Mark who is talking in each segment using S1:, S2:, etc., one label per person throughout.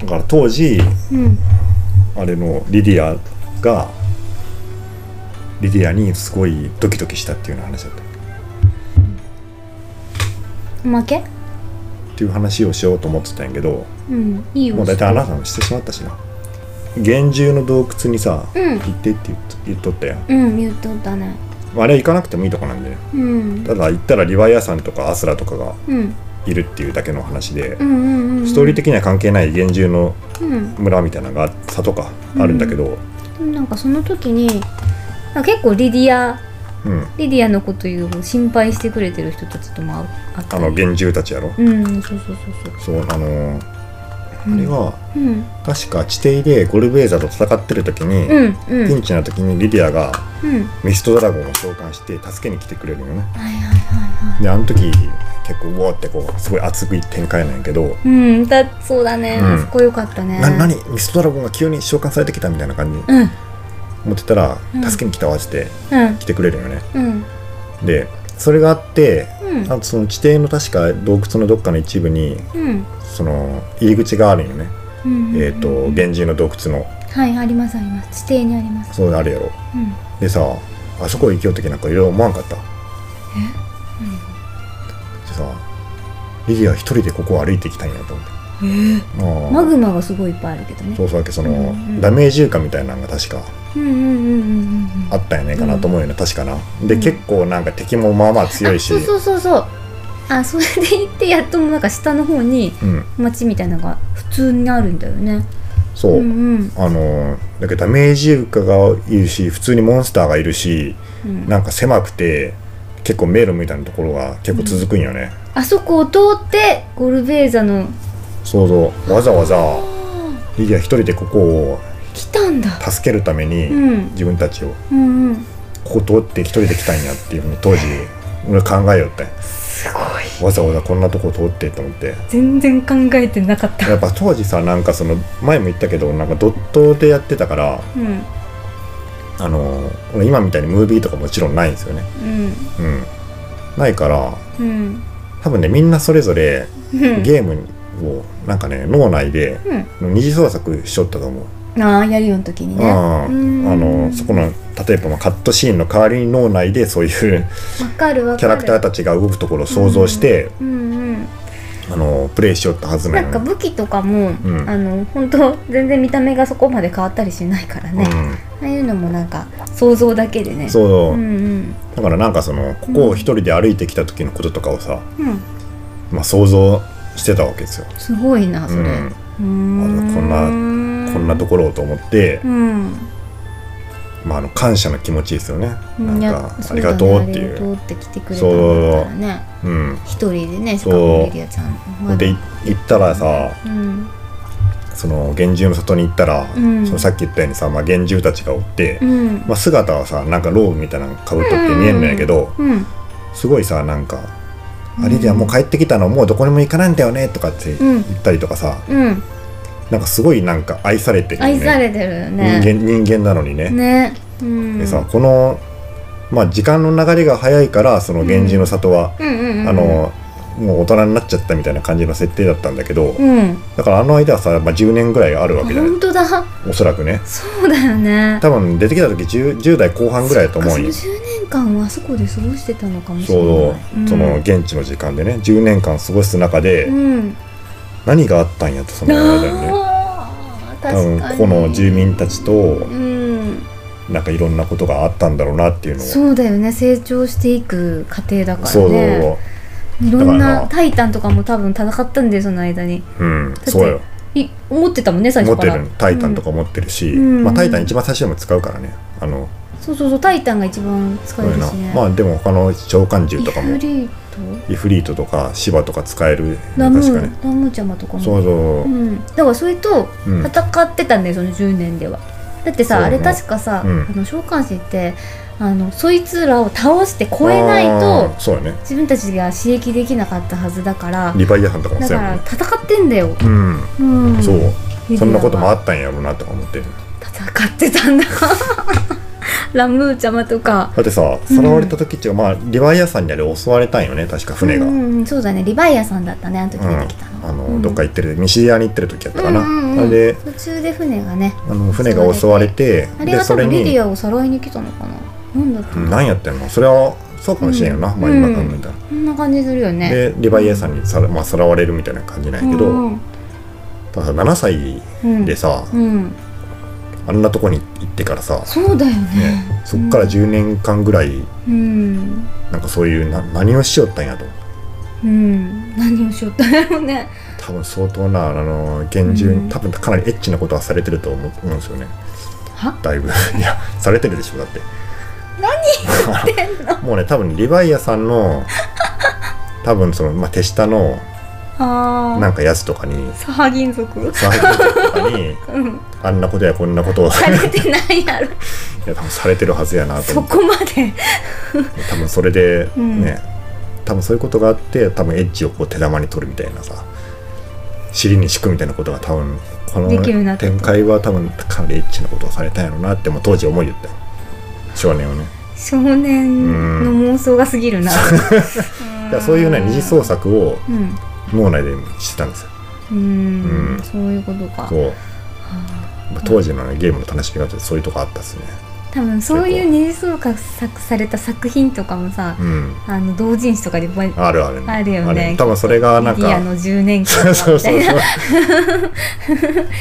S1: だから当時
S2: うん
S1: あれのリディアがリディアにすごいドキドキしたっていうような話だった
S2: 負け
S1: っていう話をしようと思ってたんやけど
S2: うんいいよ
S1: もう大体あなたもしてしまったしな厳重の洞窟にさ、
S2: うん
S1: 行ってって言っと言っとったやん
S2: うん言っとったね
S1: あれは行かなくてもいいとこなんでね
S2: うん
S1: ただ行ったらリヴァイアさんとかアスラとかが
S2: うん
S1: いるっていうだけの話で、
S2: うんうんうん
S1: ストーリー的には関係ない厳重の
S2: うん
S1: 村みたいなのが里かあるんだけど、
S2: でもなんかその時にあ結構リディア
S1: うん
S2: リディアのこと言う心配してくれてる人たちとも会う会った
S1: あ
S2: り
S1: の厳重たちやろ、
S2: うんそうそうそう
S1: そ
S2: そう
S1: うあのー
S2: うん
S1: あれは
S2: うん
S1: 確か地底でゴルベーザと戦ってる時に、
S2: うんう
S1: ピ
S2: ん
S1: ンチな時にリディアが
S2: うん
S1: ミストドラゴンを召喚して助けに来てくれるよね
S2: はいはいはいは
S1: であの時結構うおーってこうすごい熱くい展開なんやけど、
S2: いうんだそうだね、
S1: うん
S2: あそこ良かったね
S1: な何ミストドラゴンが急に召喚されてきたみたいな感じ
S2: うん
S1: 思ってたら、
S2: うん
S1: 助けに来たわっつって
S2: うん
S1: 来てくれるよね
S2: うん
S1: でそれがあって
S2: うん
S1: あとその地底の確か洞窟のどっかの一部に
S2: うん
S1: その入り口があるんよね、
S2: うん
S1: えっ、ー、と
S2: うん
S1: 源氏の洞窟の
S2: はいありますあります地底にあります
S1: そうあるやろ
S2: うん
S1: でさあそこ行きよう時なんかいろいろ思わんかったでさリディア一人でここを歩いてきたんやと思って
S2: え
S1: あー
S2: マグマがすごいいっぱいあるけどね
S1: そうそうだけどその、
S2: うんうん
S1: ダメージ床みたいなのが確か
S2: うんうんうんうんうん
S1: あったんやねんかなと思うよね、確かなで、
S2: うん
S1: 結構なんか敵もまあまあ強いし
S2: あそうそうそうそうあそれで行ってやっとなんか下の方に
S1: うん
S2: 町みたいなのが普通にあるんだよね
S1: そう、
S2: うんうん
S1: あのーだけどダメージ床がいるし普通にモンスターがいるし
S2: うん
S1: なんか狭くて結構迷路みたいなところが結構続くんよね、
S2: あそこを通ってゴルベーザの
S1: そうそうわざわざ
S2: あ
S1: リディア一人でここを
S2: ー来たんだ
S1: 助けるために、
S2: うん
S1: 自分たちを
S2: うんうん
S1: ここ通って一人で来たんやっていうふうに当時俺考えよったんや
S2: すごい
S1: わざわざこんなとこ通ってと思って
S2: 全然考えてなかった
S1: やっぱ当時さなんかその前も言ったけどなんかドットでやってたから
S2: うん
S1: あの俺今みたいにムービーとかもちろんないんですよね
S2: うん
S1: うんないから
S2: うん
S1: 多分ねみんなそれぞれ
S2: うん
S1: ゲームをなんかね脳内で
S2: うん
S1: 二次創作しとったと思う、
S2: ああやるよの時に
S1: う
S2: ね
S1: ん
S2: うん
S1: あのそこの例えばまあカットシーンの代わりに脳内でそういう
S2: わかるわかる
S1: キャラクターたちが動くところを想像して、
S2: うんうん
S1: あのプレイしよったはずな
S2: なんか
S1: のに、
S2: 武器とか
S1: う
S2: も、
S1: ん
S2: あの本当全然見た目がそこまで変わったりしないからね、ああいうのもなんか想像だけで
S1: う
S2: ね
S1: ん、そうそう、
S2: うんうん
S1: だからなんかそのここを一人で歩いてきた時のこととかをさ、
S2: うん
S1: まあ、想像してたわけですよ、
S2: すごいなそれ、
S1: う
S2: うんーん、
S1: あこん
S2: な
S1: こんなところをと思って
S2: う、ん、
S1: まあ、あの感謝の気持ちですよね、
S2: い
S1: な
S2: や
S1: んかあ
S2: そ
S1: り
S2: だね
S1: がとうってい
S2: ありがと
S1: う
S2: うって来てくれたんだからね
S1: うん、
S2: 一人でねし
S1: そ
S2: か
S1: う
S2: もメリアちゃんまだ
S1: でい行ったらさ
S2: うん
S1: その幻獣の里に行ったら、
S2: うん
S1: そのさっき言ったようにさ、まあ、幻獣たちがおって、
S2: うん
S1: まあ、姿はさなんかローブみたいなのかぶっとって見えるんやけど、
S2: うん
S1: すごいさなんか「
S2: うん
S1: あリディアもう帰ってきたのもうどこにも行かないんだよね」とかって
S2: う
S1: 言
S2: ん
S1: ったりとかさ、
S2: うん
S1: なんかすごいなんか愛されてるよね
S2: 愛されてるよね
S1: 人間人間なのにね。
S2: ねうん
S1: でさこの、まあ、時間の流れが早いからその源氏の里は、
S2: うんうんうん
S1: あのもう大人になっちゃったみたいな感じの設定だったんだけど、
S2: うん
S1: だからあの間はさ、まあ、10年ぐらいあるわけじゃない
S2: 本当だ
S1: おそらくね
S2: そうだよね
S1: 多分出てきた時 10, 10代後半ぐらいだと思う
S2: そっ
S1: よ
S2: かその10年間はあそこで過ごしてたのかもし
S1: そ
S2: れな
S1: う
S2: い
S1: その現地の時間でね10年間過ごす中で、
S2: うん
S1: 何があったんやとその間にね
S2: あー
S1: 多
S2: 確
S1: 分
S2: かに
S1: ここの住民たちと
S2: うん
S1: なんかいろんなことがあったんだろうなっていうのを
S2: そうだよね成長していく過程だから
S1: そう
S2: ね
S1: そ
S2: いろ
S1: だ
S2: ん
S1: から
S2: な
S1: な
S2: タイタンとかも多分戦ったんでその間に
S1: ううん
S2: って
S1: そうよ
S2: い思ってたもんね最
S1: 持
S2: 初
S1: って
S2: から
S1: るタイタンとか持ってるし、
S2: うん
S1: まあ、タイタン一番最初にも使うからねあの
S2: うんそうそうそうタイタンが一番使
S1: そう
S2: え
S1: いう
S2: る
S1: の
S2: しね
S1: まあでも他の召喚獣とか
S2: イ
S1: も
S2: フリー
S1: イフリートとかシバとか使えるね
S2: とラム
S1: 確かね
S2: ラムちゃまとかも
S1: そうそう
S2: う、ん、だからそれと
S1: うん
S2: 戦ってたんだよその10年ではだって
S1: そう
S2: さ
S1: ね
S2: あれ確かさ、
S1: うん
S2: あの召喚師ってあのそいつらを倒して超えないと
S1: あーそうよね
S2: 自分たちが刺激できなかったはずだから
S1: リヴァイアさんとかも
S2: だ
S1: そう
S2: か
S1: やもん
S2: ら
S1: ね
S2: 戦ってんだよ、
S1: うん、
S2: うん、
S1: そうそんなこともあ
S2: っ
S1: ったんやろうなとか思ってる
S2: 戦ってたんだラムーちゃまとか
S1: だってささらわれた時っていうか、まあリヴァイアさんにあれ襲われたんよね確か船が、
S2: う
S1: うん
S2: んうんそうだねリヴァイアさんだったねあの時出てきたの、
S1: あの、
S2: うん
S1: どっか行ってる西側に行ってる時やったかな、
S2: うんうん
S1: あ
S2: うん
S1: れで
S2: 途中で船がね
S1: あの船が襲われて
S2: あれ
S1: で
S2: は
S1: そ
S2: 多
S1: れ
S2: 分リデ
S1: に
S2: ィアをさらいに来たのかななんだった
S1: うんん
S2: だ
S1: 何やってんのそれはそうかもしれんよな、
S2: うん
S1: まあ今考えたら、
S2: こんな感じするよね
S1: でリヴァイアさんにさら,、まあ、さらわれるみたいな感じなんやけど、
S2: うん
S1: たださ7歳
S2: うん
S1: でさ、
S2: うん
S1: あんなとこに行ってからさ、
S2: そうだよ
S1: ね
S2: ね、
S1: そっから10年間ぐらい
S2: うん
S1: なんかそういうな何をしよったんやと
S2: うん何をしよったんだろうね
S1: 多分相当なあの厳重
S2: うん
S1: に多分かなりエッチなことはされてると思う思うんですよね
S2: は
S1: だいぶいやされてるでしょだって
S2: 言ってんの
S1: もうね多分リヴァイアさんの多分その、まあ、手下の
S2: あ
S1: な
S2: あ
S1: んかやつとかに
S2: サハギン族
S1: サーフィンとかに
S2: うん
S1: あんなことやこんなことをい
S2: されてないやろ
S1: や多分されてるはずやなと
S2: そ
S1: 思って
S2: こまで
S1: 多分それで
S2: うん
S1: ね、多分そういうことがあって多分エッジをこう手玉に取るみたいなさ尻に敷くみたいなことが多分こ
S2: できるようになっ
S1: の
S2: たと
S1: 展開は多分かなりエッチなことをされたんやろうなってもう当時思い言ったよ少年をね
S2: 少年の妄想が過ぎるな
S1: だからそういうね二次創作を
S2: うん
S1: 脳内でしてたんですよ
S2: うん、
S1: うん
S2: そういうことか
S1: こう当時のね、ゲームの楽しみ方ってそういうとこあったっすね
S2: 多分そういう二次創作された作品とかもさ
S1: うん
S2: あの同人誌とかでいっぱい
S1: あるあるね
S2: あるよね
S1: 多分それがなん
S2: メディア
S1: か
S2: の10年間
S1: そうそう
S2: みた
S1: そう
S2: いな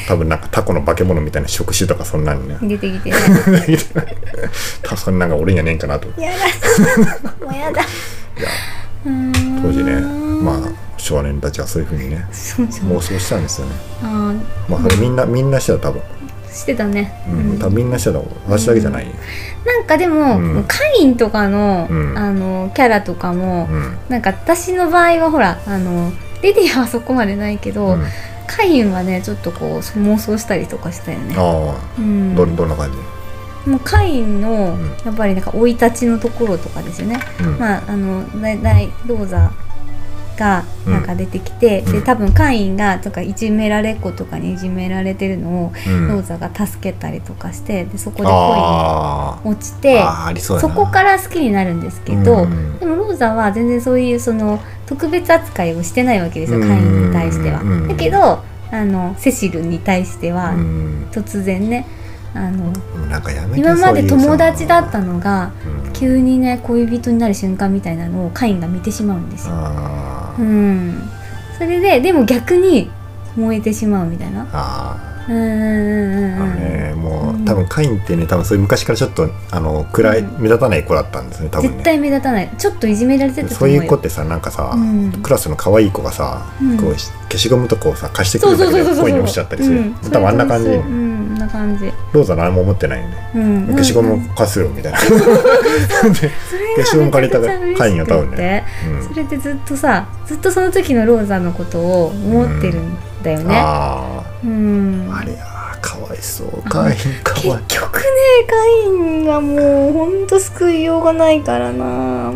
S1: 多分なんかタコの化け物みたいな触手とかそんなん ね
S2: 出てきて
S1: 多分そんなんが俺にはねえんかなと
S2: やだもうや
S1: いや
S2: だうーん
S1: 当時ねまあ少年たちはそういうふうにね
S2: そうそう
S1: 妄想したんですよね
S2: あ
S1: まあそれみんなみんなしてた多分、
S2: ーしてたね、
S1: うん多分みんなしてた私だけじゃない、
S2: なんかでも、
S1: うん
S2: カインとかの,、
S1: うん
S2: あのキャラとかも、
S1: うん
S2: なんか私の場合はほらあのレディアはそこまでないけど、
S1: うんあ
S2: カインはねちょっとこう妄想したりとかしたよね
S1: あ
S2: うん
S1: どどんな感じ、
S2: もうカインの、
S1: うん
S2: やっぱりなんか生い立ちのところとかですよね、
S1: うん
S2: まああの大大ローザが
S1: うん
S2: なんか出てきて、
S1: う
S2: で
S1: ん
S2: 多分カインがとかいじめられっ子とかにいじめられてるのを、
S1: うん
S2: ローザが助けたりとかしてでそこで恋に
S1: あ
S2: 落ちて
S1: ああありそうや
S2: そ
S1: な
S2: こから好きになるんですけど、
S1: うん
S2: でもローザは全然そういうその特別扱いをしてないわけですよ、カインに対しては。
S1: うん
S2: だけどあのセシルに対して
S1: う
S2: は
S1: ん
S2: 突然ね、あの
S1: なんかやめて
S2: 今まで友達だった
S1: の、
S2: のが
S1: うん
S2: 急にね恋人になる瞬間みたいなのをカインが見てしまうんですよ。
S1: あー、
S2: うん、それででも逆に燃えてしまうみたいな。
S1: あ
S2: うんうんう
S1: ー
S2: ん
S1: あの
S2: うん
S1: ねもう、
S2: うん
S1: 多分カインってね多分そういう昔からちょっとあの暗い、
S2: う
S1: 目立たない子だったんですね多分ね
S2: 絶対目立たないちょっといじめられてたと思
S1: そう
S2: う
S1: い
S2: よ
S1: う子ってさなんかさ、
S2: うん
S1: クラスの可愛い子がさ、
S2: うん
S1: こうし消しゴムとかをさ貸してく
S2: そ
S1: る
S2: うそう
S1: だ
S2: そ
S1: け
S2: うそ
S1: で
S2: うそう
S1: 恋に落ちちゃったりする、
S2: うん
S1: 多分あんな感じ、
S2: そうそうそううんあんな感じ、
S1: ローザ何も持ってないよね、
S2: うん、
S1: 消しゴム貸すよみたいな、 で消しゴム借りた会員よ
S2: よ
S1: 多分ね、うん
S2: それでずっとさずっとその時のローザのことを思ってるんだよね
S1: あ
S2: うん
S1: ああれやかわいそう会員か
S2: 結
S1: わい
S2: 局ねカインがもうほんと救いようがないからな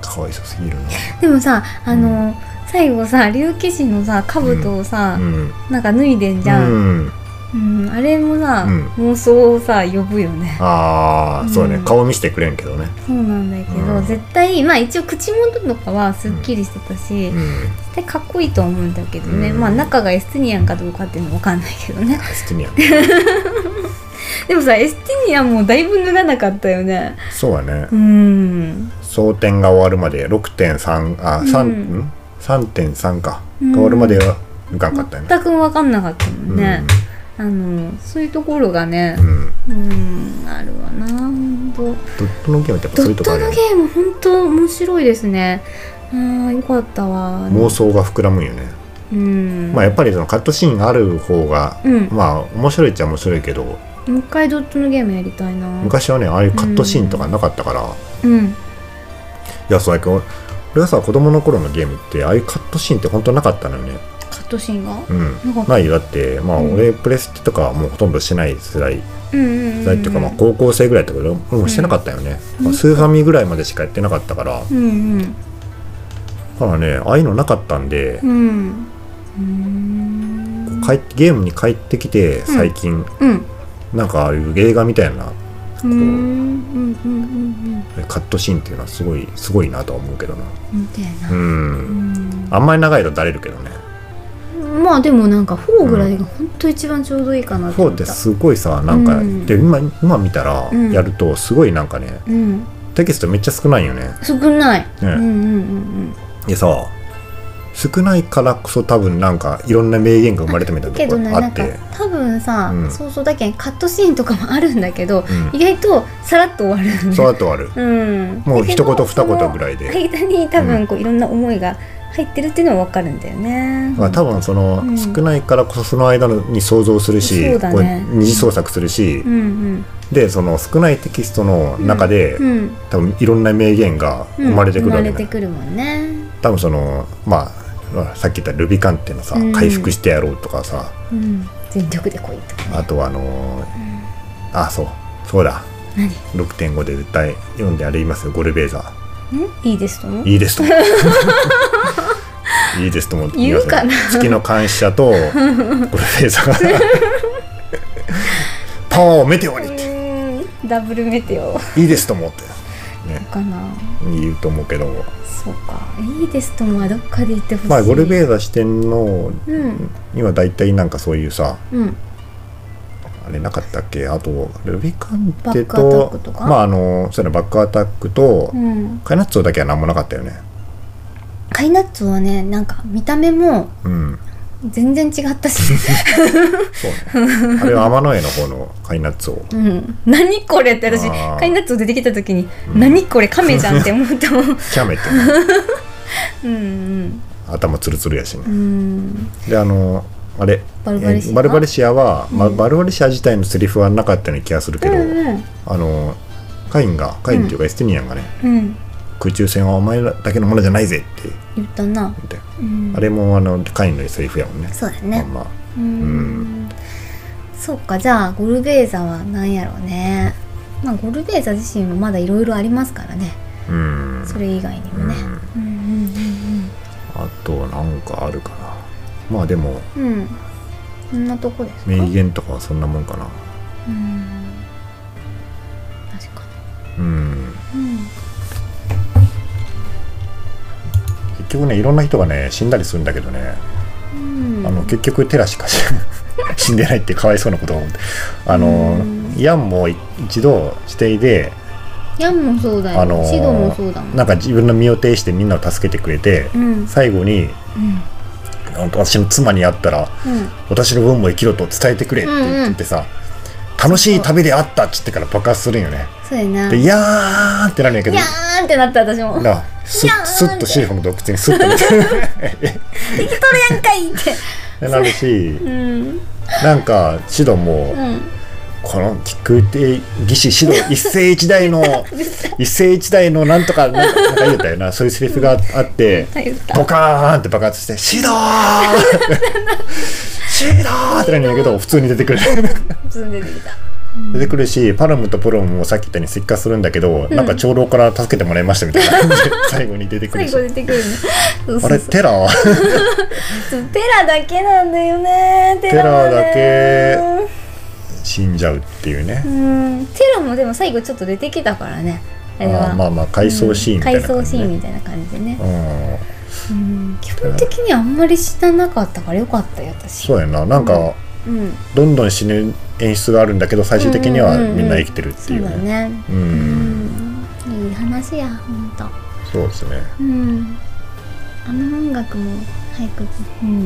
S1: かわいそうすぎるな
S2: でもさあの、
S1: う
S2: 最後さ竜騎士のさ兜をさ、
S1: うん
S2: なんか脱いでんじゃん、
S1: うん
S2: うんあれもさ、
S1: うん
S2: 妄想をさ呼ぶよね
S1: ああそうね、
S2: うん
S1: 顔見せてくれんけどね
S2: そうなんだけど、
S1: うん
S2: 絶対まあ一応口元とかはすっきりしてたし、
S1: うん
S2: 絶対かっこいいとは思うんだけどね、
S1: うん
S2: まあ中がエスティニアンかどうかっていうのはわかんないけどね
S1: エスティニアン
S2: でもさエスティニアンもだいぶ脱がなかったよね
S1: そうやね
S2: うん
S1: 争点が終わるまで6.3あ三、
S2: うん
S1: ん、3.3か、
S2: うん
S1: が終わるまでは抜かんかったよね
S2: 全く分かんなかったもんね、あのそういうところがね
S1: うん、うん
S2: うんあるわなほんと
S1: ドットのゲームってやっぱ
S2: ド
S1: そういう
S2: ッ
S1: とこあ
S2: ト
S1: る
S2: の
S1: よね
S2: ゲームほんと面白いですねあーよかったわ
S1: 妄想が膨らむよね、
S2: うん、
S1: まあやっぱりそのカットシーンがある方が、
S2: うん
S1: まあ面白いっちゃ面白いけど
S2: もう一回ドットのゲームやりたいな
S1: 昔はねああいうカットシーンとかなかったから、い
S2: うん
S1: やそうやけど俺はさ子供の頃のゲームってああいうカットシーンって本当なかったのよね
S2: カットシーンが
S1: うん
S2: なんか
S1: ないよだってまあ
S2: うん
S1: 俺プレステとかはもうほとんどしてない世代
S2: うんうんうん
S1: 世代っていうかまあ高校生ぐらいだったけどもうしてなかったよね、まあスーファミぐらいまでしかやってなかったから、
S2: うんうん
S1: だからねああいうのなかったんで
S2: う、んうー
S1: こ
S2: ん
S1: う帰ってゲームに帰ってきて最近、
S2: うん
S1: なんかああいう映画みたいな
S2: うーんうんうんうん
S1: カットシーンっていうのはすごいすごいなとは思うけどな
S2: うんみたいな
S1: う
S2: うんん
S1: あんまり長いとだれるけどね
S2: まあでもなんか4ぐらいが本当一番ちょうどいいかなと
S1: フォー
S2: 思
S1: っ
S2: った
S1: てすごいさなんか、
S2: うん
S1: で今今見たら
S2: うん
S1: やるとすごいなんかね
S2: うん
S1: テキストめっちゃ少ないよね
S2: 少ない、
S1: ね
S2: うんうんうん
S1: でさ少ないからこそ多分なんかいろんな名言が生まれたみた
S2: う
S1: い
S2: ん
S1: な
S2: け
S1: とこ
S2: どね
S1: ろあ
S2: なん
S1: っ
S2: か
S1: て
S2: 多分さ、
S1: うん
S2: そうそうだけんカットシーンとかもあるんだけど、
S1: うん
S2: 意外とさらっと終わるんだ
S1: そうあとある
S2: うん、
S1: もう一言
S2: だけど
S1: 二言ぐらいで
S2: その間に多分こういろんな思いが入ってるっていうのは分かるんだよね、
S1: まあ、多分その
S2: うん
S1: 少ないからこそその間のに想像するし、
S2: そうだ
S1: こう
S2: ね
S1: 二次創作するし、
S2: うんうん
S1: でその少ないテキストの中で、
S2: うんうん
S1: 多分いろんな名言が生まれてくるわけね
S2: 生まれてくるもんね
S1: 多分そのまあさっき言ったルビカンっていうのさ、
S2: うん
S1: 回復してやろうとかさ
S2: うん全力で来いと
S1: あとはあのーあそうそうだ
S2: 何
S1: 6.5で絶対読んであれ言いますよゴルベーザ
S2: んいいですとも
S1: ーいいですとも いいですとも言いますよ
S2: 言うかな
S1: 月の監視者とゴルベーザ ーがパワーをメテオにって
S2: うんダブルメテオ
S1: いいですともってね
S2: かな
S1: 言うと思うけど
S2: そうかいいですともはどっかで言ってほしい
S1: まあゴルベーザー四天王
S2: うん
S1: には大体なんかそういうさ
S2: うん
S1: あれなかったっけあとルビカンテ
S2: バックアタッ
S1: と
S2: クとか
S1: まああのそういうのバックアタックと、
S2: うん
S1: カイナッツォだけは何もなかったよね
S2: カイナッツはねなんか見た目も
S1: うん
S2: 全然違った し、
S1: そう ねあれは天の絵の方のカイナッツォ
S2: うん、何これって私
S1: あー
S2: カイナッツ出てきた時に、
S1: うん
S2: 何これカメじゃんって思ったもん
S1: キャメってね、
S2: うん
S1: 頭ツルツルやし
S2: うんう
S1: ね
S2: ん
S1: であのあれ
S2: バルバレシ
S1: え
S2: ア
S1: ーバルバレシアは、まあバルバレシア自体のセリフはなかったような気がするけど、
S2: うん
S1: あのカインがカインっていうかエスティニアンがね、
S2: うん
S1: 空中戦はお前らだけのものじゃないぜって
S2: 言ったな、
S1: 言って
S2: うん、
S1: あれもあのカインのセリフやもんね
S2: そうだね
S1: まあまあ
S2: うーんそうかじゃあゴルベーザは何やろうねまあゴルベーザ自身もまだいろいろありますからね
S1: うん
S2: それ以外にもね
S1: うん
S2: うん
S1: あとなんかあるかなまあでも
S2: うんうんうんうんこんなとこですか
S1: 名言とかはそんなもんかな
S2: うん確か
S1: うん
S2: にうん
S1: 結局ねいろんな人がね死んだりするんだけどね、
S2: うん
S1: あの結局テラしかし死んでないってかわいそうなことが思ってあの、
S2: うん
S1: ヤンも一度指定で、
S2: ヤンもそうだよ、
S1: あの
S2: シドもそうだもん
S1: なんか自分の身を挺してみんなを助けてくれて、
S2: うんうん
S1: 最後にあの私の妻に会ったら私の分も生きろと伝えてくれって言ってさ、楽しい旅であったっつってから爆発するんよね。
S2: そうやな
S1: で、
S2: い
S1: いやーんってなるんやけど
S2: や、ーんってなった私も
S1: なす
S2: いやーん
S1: すっとシェリフの洞窟にすっと見 て
S2: 生きとるやんかいって
S1: なるし、
S2: うん
S1: なんかシドも、
S2: うん
S1: この菊亭義士指導一世一代 の一世一代のなんとかなんかなんか言うたよなそういうセリフがああって
S2: あ言った
S1: ボカーンって爆発して「指導! 」指導ってなるんだけど普通に出てくる
S2: 普通に出てきた
S1: 出てくるしパルムとプロムもさっき言ったように石化するんだけど、なんか長老から助けてもらいましたみたいな感じで 最後に出てくる
S2: 最
S1: し
S2: 後出てくるねそう
S1: あ
S2: そう
S1: れ
S2: そう
S1: テラー
S2: テラだけなんだよねテラはね
S1: テラ死んじゃうっていうね、
S2: うんテラもでも最後ちょっと出てきたからねあれ
S1: あ
S2: は
S1: ーまあまあ回想シーンみたいな
S2: 回想
S1: 感
S2: シ
S1: じ、
S2: ーン
S1: ね
S2: みたいな感じでね、
S1: うん
S2: うん、基本的にあんまり死ななかったからよかったよ私
S1: そうやななんか、
S2: うん
S1: どんどん死ぬ演出があるんだけど最終的には
S2: うんうんうんうん
S1: みんな生きてるって
S2: そ
S1: いうう
S2: だ
S1: ね
S2: ね
S1: う
S2: うんんいい話やほんと
S1: そうですね
S2: うんあの音楽も早く、うん、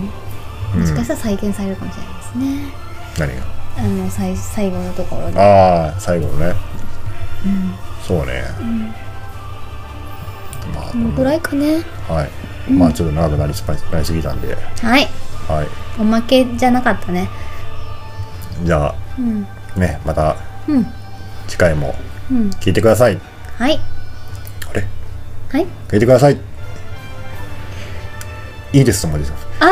S2: もしかしたら再現されるかもしれないですね、
S1: 何が
S2: あの最最後のところで
S1: ああ最後のねそうねまあ
S2: このぐらいかね
S1: はいまあちょっと長くなりすなりすぎたんで
S2: はい
S1: はい
S2: おまけじゃなかったね
S1: じゃ
S2: うん
S1: あねまた
S2: うん
S1: 次回も
S2: うん
S1: 聞いてください
S2: はい
S1: あれ
S2: はい
S1: 聞いてくださいいいですともです
S2: あ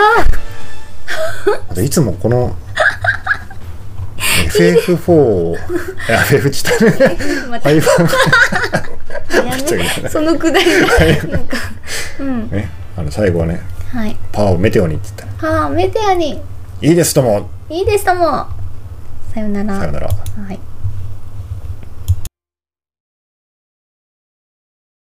S1: あといつもこの FF4 をい や FF ちょっとね
S2: あ またや
S1: 5
S2: めそのくだりがなんかうん
S1: ね、あの最後はね、
S2: はい
S1: パワーをメテオにって言ったら、
S2: はあメテアに
S1: いいですとも、
S2: いいですともさよなら
S1: さよなら。
S2: はい